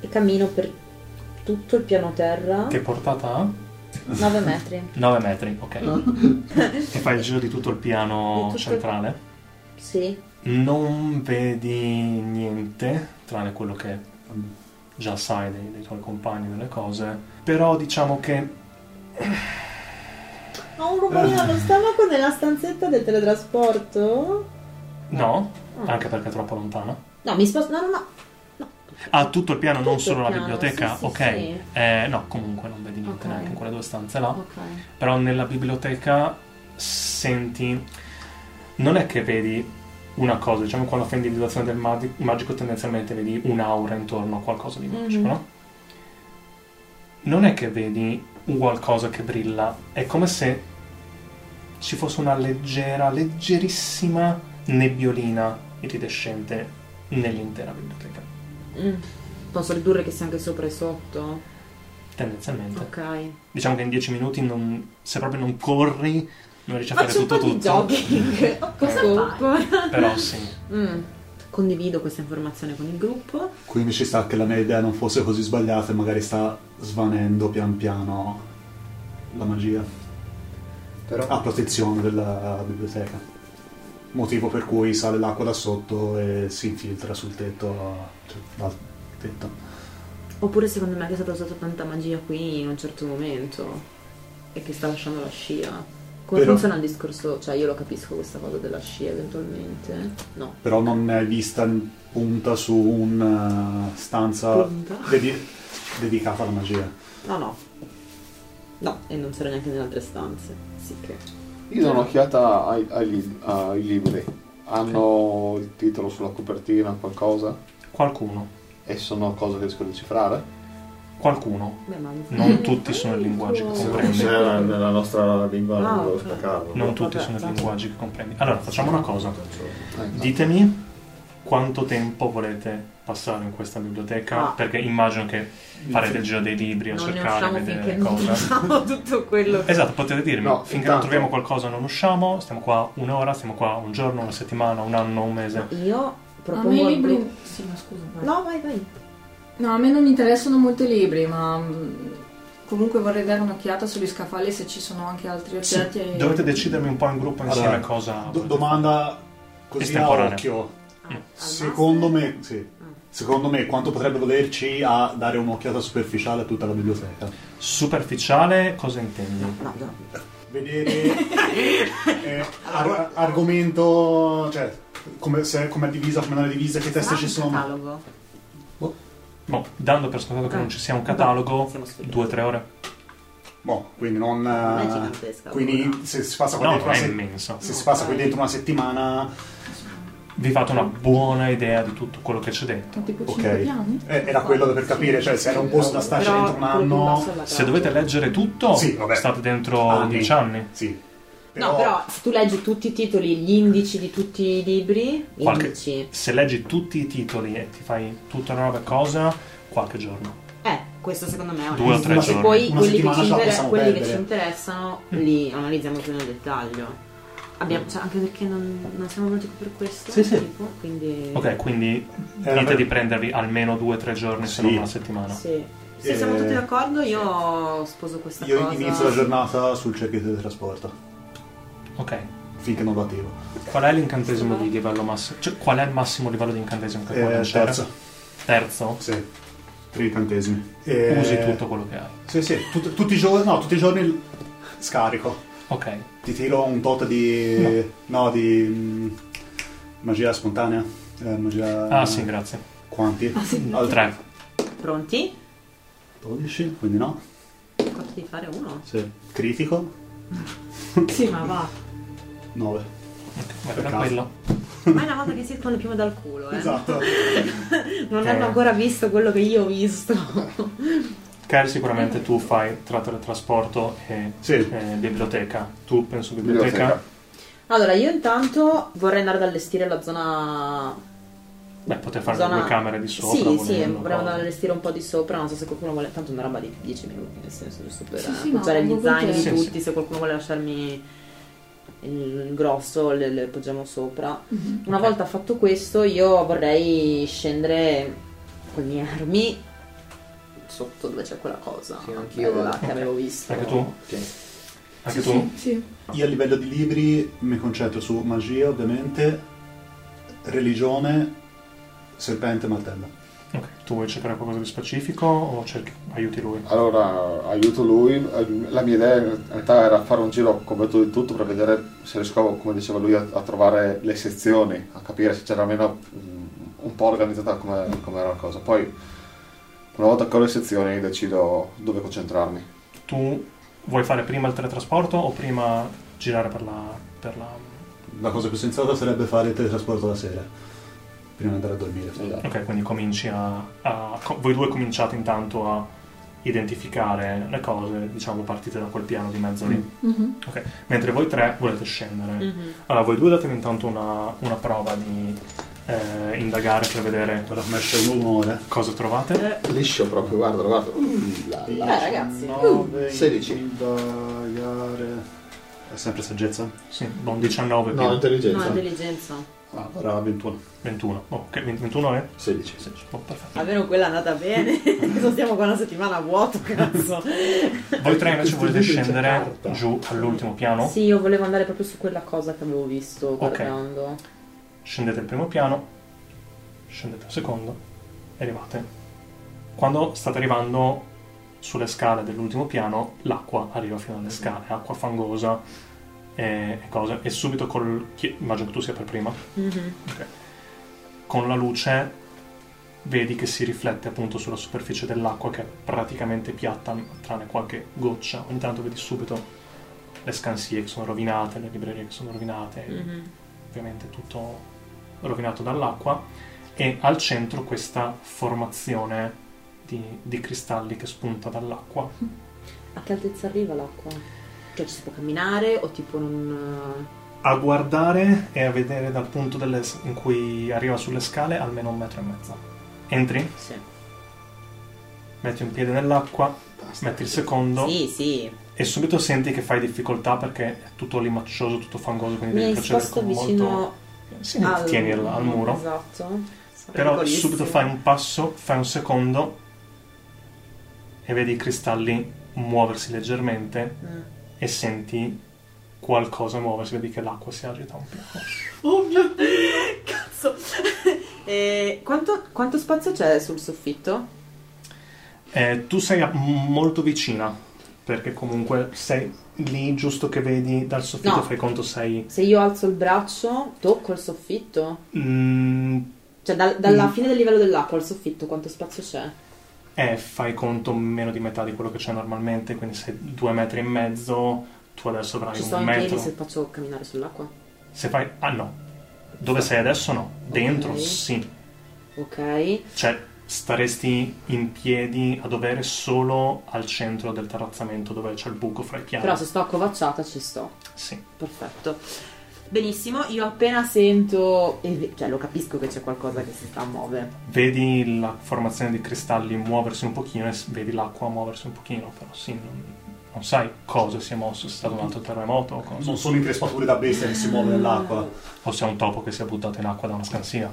e cammino per tutto il piano terra,
Che portata ha?
9 metri.
9 metri, ok. e fai il giro di tutto il
Di
piano
tutto il-
centrale.
Sì,
Non vedi niente, tranne quello che già sai dei, dei tuoi compagni, delle cose. Però diciamo che...
Ma un rumorino non stomaco nella stanzetta del teletrasporto?
No,
Ah.
anche perché è troppo lontana.
No, mi sposto. No, no, no.
Ah, tutto il piano, non
Tutto
solo
il
la
piano,
biblioteca?
sì, sì,
ok.
sì.
Eh, no, comunque non vedi niente neanche in quelle due stanze là.
Ok.
Però nella biblioteca senti... Non è che vedi una cosa, diciamo quando fai individuazione del magi- magico tendenzialmente vedi un'aura intorno a qualcosa di magico,
Mhm.
no? Non è che vedi un qualcosa che brilla, è come se ci fosse una leggera, leggerissima nebbiolina iridescente nell'intera biblioteca,
Mm. Posso ridurre che sia anche sopra e sotto?
tendenzialmente.
Ok.
Diciamo che in 10 minuti, non- se proprio non corri, non riesci a fare
Faccio un
tutto
po' di
tutto. Eh,
jogging. Cosa
Però sì.
Mm. Condivido questa informazione con il gruppo.
Quindi ci sta che la mia idea non fosse così sbagliata e magari sta svanendo pian piano la magia.
Però
A protezione della biblioteca. Motivo per cui sale l'acqua da sotto e si infiltra sul tetto. Cioè, dal tetto.
Oppure secondo me che è stata usata tanta magia qui in un certo momento e che sta lasciando la scia. Come
Però-
funziona il discorso? Cioè io lo capisco questa cosa della scia eventualmente. No.
Però non ne hai vista in punta su una stanza
Punta?
dedi- dedicata alla magia.
No, no. No, e non c'era neanche nelle altre stanze. Sì che.
Io do un'occhiata ai, ai lib- ai libri. Hanno il titolo sulla copertina, qualcosa?
Qualcuno,
E sono cose che riesco a decifrare?
qualcuno.
Beh, ma
Non tutti sono i linguaggi che comprendi.
la, nella nostra lingua
Ah,
non devo
ok.
staccarlo.
Non tutti
Vabbè,
sono i
tanto.
linguaggi che comprendi. Allora, facciamo una cosa.
Eh, no.
Ditemi quanto tempo volete passare in questa biblioteca,
Ah.
perché immagino che farete il giro dei libri a
non ne
cercare,
usciamo
vedere
finché
le
non
cose.
usciamo tutto quello.
Esatto, potete dirmi,
No,
finché non
intanto-
troviamo qualcosa non usciamo, stiamo qua un'ora, stiamo qua un giorno, una settimana, un anno, un mese.
Io
A me i
propongo al
libri...
gruppo.
Sì, ma scusa. vai.
No, vai, vai.
No, a me non interessano molto i libri, ma mm, comunque vorrei dare un'occhiata sugli scaffali se ci sono anche altri
Cioè,
oggetti. e-
Dovete decidermi un po' in gruppo insieme
Allora,
cosa...
Ah, Do- domanda così a
Estemporanea.
occhio.
Ah, Al-
Secondo
al
me, sì. Secondo me, quanto potrebbe volerci a dare un'occhiata superficiale a tutta la biblioteca?
Superficiale, cosa intendi?
master- No, no.
Vedere eh, ar- argomento, cioè, come, se, come è divisa, come non è divisa, che
Sarà
teste ci
un
sono.
catalogo.
Boh, dando per scontato che
Eh.
non ci sia un catalogo,
Siamo sfigati.
due o tre ore?
Boh, quindi
Non è
non. eh,
gigantesca, allora.
Quindi se si passa qua
No,
dentro
non
una
è
se-
immenso.
se si passa qui dentro una settimana,
Vi fate una buona idea di tutto quello che c'è dentro.
Sono tipo cinque
ok.
piani?
Eh, Era quello per capire, cioè se era un posto da starci
Però
dentro un
quello più in basso è
anno.
la
Se
trave.
dovete leggere tutto,
Sì, vabbè.
state dentro
Anni.
10 anni.
Sì.
No, però se tu leggi tutti i titoli, gli indici di tutti i libri,
Qualche-
indici.
Se leggi tutti i titoli e ti fai tutta una nuova cosa, qualche giorno.
Eh, questo secondo me è
Due o
onesto.
tre
Ma se
giorni.
Poi
Una
quelli, che
settimana
ci,
ce la
inter-
possiamo
quelli che
perdere.
ci interessano li analizziamo più nel dettaglio. Abbiamo, cioè, anche perché non, non siamo venuti qui per questo.
Sì, sì.
tipo, quindi...
Ok, quindi
Era
dite
per-
di prendervi almeno 2-3 giorni, se
Sì.
non una settimana.
Sì. Se siamo tutti d'accordo, io sposo questa
Io
cosa.
inizio la giornata sul cerchio di trasporto.
Ok.
Finché non lo attivo.
Qual è l'incantesimo di livello massimo? Cioè, qual è il massimo livello di incantesimo che
Eh,
puoi lanciare?
terzo.
Terzo?
Sì. Tre incantesimi.
Usi tutto quello che hai.
Eh, Sì, sì. tut- tutti i giorni, no, tutti i giorni il- scarico.
Ok.
Ti tiro un tot di. No, di. mm, magia spontanea. Eh, magia.
Ah, sì, grazie.
Quanti?
Ah, sì.
Al
Tre.
Pronti?
12, quindi no.
Quanto di fare uno?
Sì. Critico,
Sì, ma va.
9.
Ma
Per
tranquillo.
Ma è una volta che si escono più dal culo, eh.
Esatto.
non
Eh.
hanno ancora visto quello che io ho visto.
Ker sicuramente tu fai tra teletrasporto e eh, biblioteca. Tu penso biblioteca.
Allora, io intanto vorrei andare ad allestire la zona.
Beh, potete fare
zona-
due camere di sopra.
Sì, sì,
volendo,
vorrei andare ad
però-
allestire un po' di sopra. Non so se qualcuno vuole. Tanto è una roba di 10 minuti, nel senso, giusto per
Sì, sì,
eh, appoggiare
no,
gli
proprio
zaini di
te. Sì,
tutti. Se qualcuno vuole lasciarmi il grosso, le, le appoggiamo sopra.
Mhm.
Una volta fatto questo, io vorrei scendere con le mie armi sotto dove c'è quella cosa.
Sì,
anch'io. Là, che avevo visto.
Anche tu? Anche
Sì,
tu?
Sì.
Io a livello di libri mi concentro su magia, ovviamente, religione, serpente e martello.
Ok, tu vuoi cercare qualcosa di specifico o cerchi- aiuti lui?
Allora, aiuto lui. La mia idea in realtà era fare un giro completo di tutto per vedere se riuscivo, come diceva lui, a, a trovare le sezioni, a capire se c'era almeno mm, un po' organizzata come, come era la cosa. Poi, una volta che ho le sezioni, decido dove concentrarmi.
Tu vuoi fare prima il teletrasporto o prima girare per la... Per la...
La cosa più sensata sarebbe fare il teletrasporto la sera, prima di andare a dormire.
Ok, quindi cominci a, a- co- Voi due cominciate intanto a identificare le cose, diciamo, partite da quel piano di mezzo
Mm.
lì.
Mhm.
Ok, mentre voi tre volete scendere.
Mhm.
Allora, voi due datemi intanto una, una prova di eh, indagare per vedere cosa trovate.
Liscio proprio, guardalo, guardalo.
Mm,
Eh,
Beh, ragazzi.
16.
È sempre saggezza?
Sì, non 19 più.
No, intelligenza.
No, intelligenza.
Allora 21.
21. Oh, ok, 21 è?
16.
Oh, perfetto.
Almeno quella è andata bene. Cosa stiamo qua una settimana a vuoto, cazzo.
Voi tre invece volete scendere giù all'ultimo piano?
Sì, io volevo andare proprio su quella cosa che avevo visto guardando.
Scendete al primo piano, scendete al secondo e arrivate. Quando state arrivando sulle scale dell'ultimo piano, l'acqua arriva fino alle scale, acqua fangosa e, e cose. E subito col... chi- immagino che tu sia per prima.
Mhm.
Ok. Con la luce vedi che si riflette appunto sulla superficie dell'acqua che è praticamente piatta, tranne qualche goccia. Ogni tanto vedi subito le scansie che sono rovinate, le librerie che sono rovinate,
Mhm.
ovviamente tutto rovinato dall'acqua. E al centro questa formazione di, di cristalli che spunta dall'acqua.
A che altezza arriva l'acqua? Cioè ci si può camminare o tipo non...
A guardare e a vedere dal punto delle- in cui arriva sulle scale almeno un metro e mezzo. Entri?
Sì.
Metti un piede nell'acqua, metti il secondo.
Sì, sì.
E subito senti che fai difficoltà perché è tutto limaccioso, tutto fangoso, quindi
Mi
devi
hai
procedere
sposto
con
vicino...
molto... Sì, ti tieni al, al muro.
Esatto.
Però
Piccolissimo.
subito fai un passo, fai un secondo e vedi i cristalli muoversi leggermente
Mm.
e senti qualcosa muoversi, vedi che l'acqua si agita un po'.
Oh mio Dio! Cazzo! Eh, quanto, quanto spazio c'è sul soffitto?
Eh, tu sei a- molto vicina perché comunque sei lì giusto che vedi dal soffitto,
No.
fai conto sei...
Se io alzo il braccio, tocco il soffitto?
Mm,
Cioè dal- dalla
Mm.
fine del livello dell'acqua al soffitto quanto spazio c'è?
Eh, fai conto meno di metà di quello che c'è normalmente, quindi sei due metri e mezzo, tu adesso avrai
Ci sto
un
in piedi
metro.
se faccio camminare sull'acqua?
Se fai... Ah no, dove sei adesso no, dentro
Ok.
sì.
Ok.
Cioè staresti in piedi a dovere solo al centro del terrazzamento dove c'è il buco fra i piani.
Però se sto accovacciata ci sto.
Sì.
Perfetto. Benissimo, io appena sento, e ve- cioè lo capisco che c'è qualcosa che si sta a muovere.
Vedi la formazione di cristalli muoversi un pochino e s- vedi l'acqua muoversi un pochino, però sì, non, non sai cosa si è mosso, se è stato un altro terremoto o cosa.
Non sono increspature da bestia che si muove nell'acqua.
O se è un topo che si è buttato in acqua da una scansia.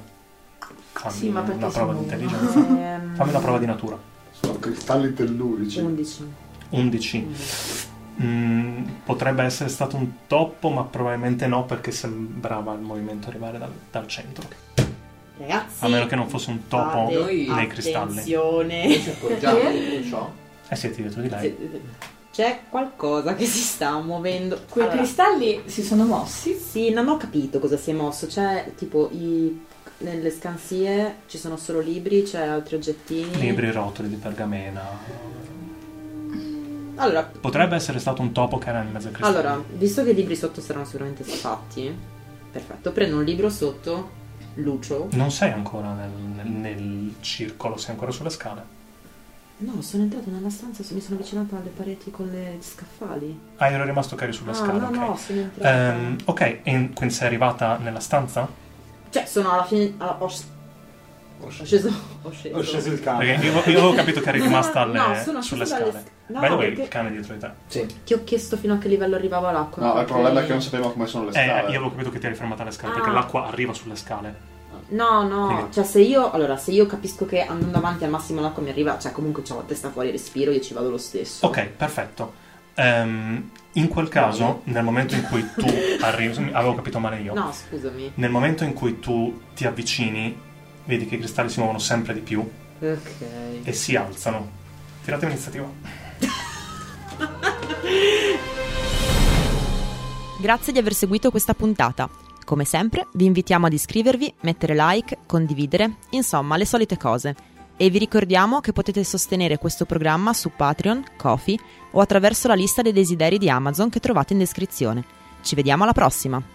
Fammi
Sì, ma perché
una prova di
sono-
intelligenza.
Ehm.
Fammi una prova di natura.
Sono cristalli tellurici.
11.
11. Mm, potrebbe essere stato un toppo, ma probabilmente no, perché sembrava il movimento arrivare dal, dal centro.
Ragazzi,
A meno che non fosse un topo
fate
nei cristalli.
Attenzione.
ciò.
Eh siete dietro di lei.
C'è qualcosa che si sta muovendo.
Quei cristalli si sono mossi?
Sì, non ho capito cosa si è mosso. C'è tipo i- nelle scansie ci sono solo libri, c'è altri oggettini.
Libri rotoli di pergamena.
Allora,
Potrebbe essere stato un topo che era in mezzo ai cristalli.
allora, visto che i libri sotto saranno sicuramente sfatti, perfetto, prendo un libro sotto, Lucio.
Non sei ancora nel, nel- nel circolo, sei ancora sulle scale.
No, sono entrata nella stanza, mi sono avvicinata alle pareti con le scaffali.
Ah, ero rimasto cari sulle
Ah,
scale,
no,
ok.
no, sono entrata.
Ehm, ok, e quindi sei arrivata nella stanza?
Cioè, sono alla fine. alla- ho, ho sceso. Ho sceso.
Ho sceso il cane.
Perché io, io avevo capito che eri
No,
rimasta
no,
alle-
no, sono
sulle
scesa dalle
scale.
sc- no,
By the way,
perché-
il cane è dietro di te.
Sì.
Ti ho chiesto fino a che livello arrivava l'acqua.
No, il
perché-
problema è che non sapevamo come sono le
Eh,
scale.
io avevo capito che ti eri fermata alle scale,
Ah.
perché l'acqua arriva sulle scale.
No, no,
Quindi-
cioè se io, allora, se io capisco che andando avanti al massimo l'acqua mi arriva, cioè comunque ho la testa fuori, respiro, io ci vado lo stesso.
Ok, perfetto. Ehm, in quel caso, nel momento in cui tu arrivi... Avevo capito male io.
No, scusami.
Nel momento in cui tu ti avvicini, vedi che i cristalli si muovono sempre di più
Ok.
e si alzano. Tirate un'iniziativa.
Grazie di aver seguito questa puntata. Come sempre, vi invitiamo ad iscrivervi, mettere like, condividere, insomma, le solite cose. E vi ricordiamo che potete sostenere questo programma su Patreon, Kofi o attraverso la lista dei desideri di Amazon che trovate in descrizione. Ci vediamo alla prossima!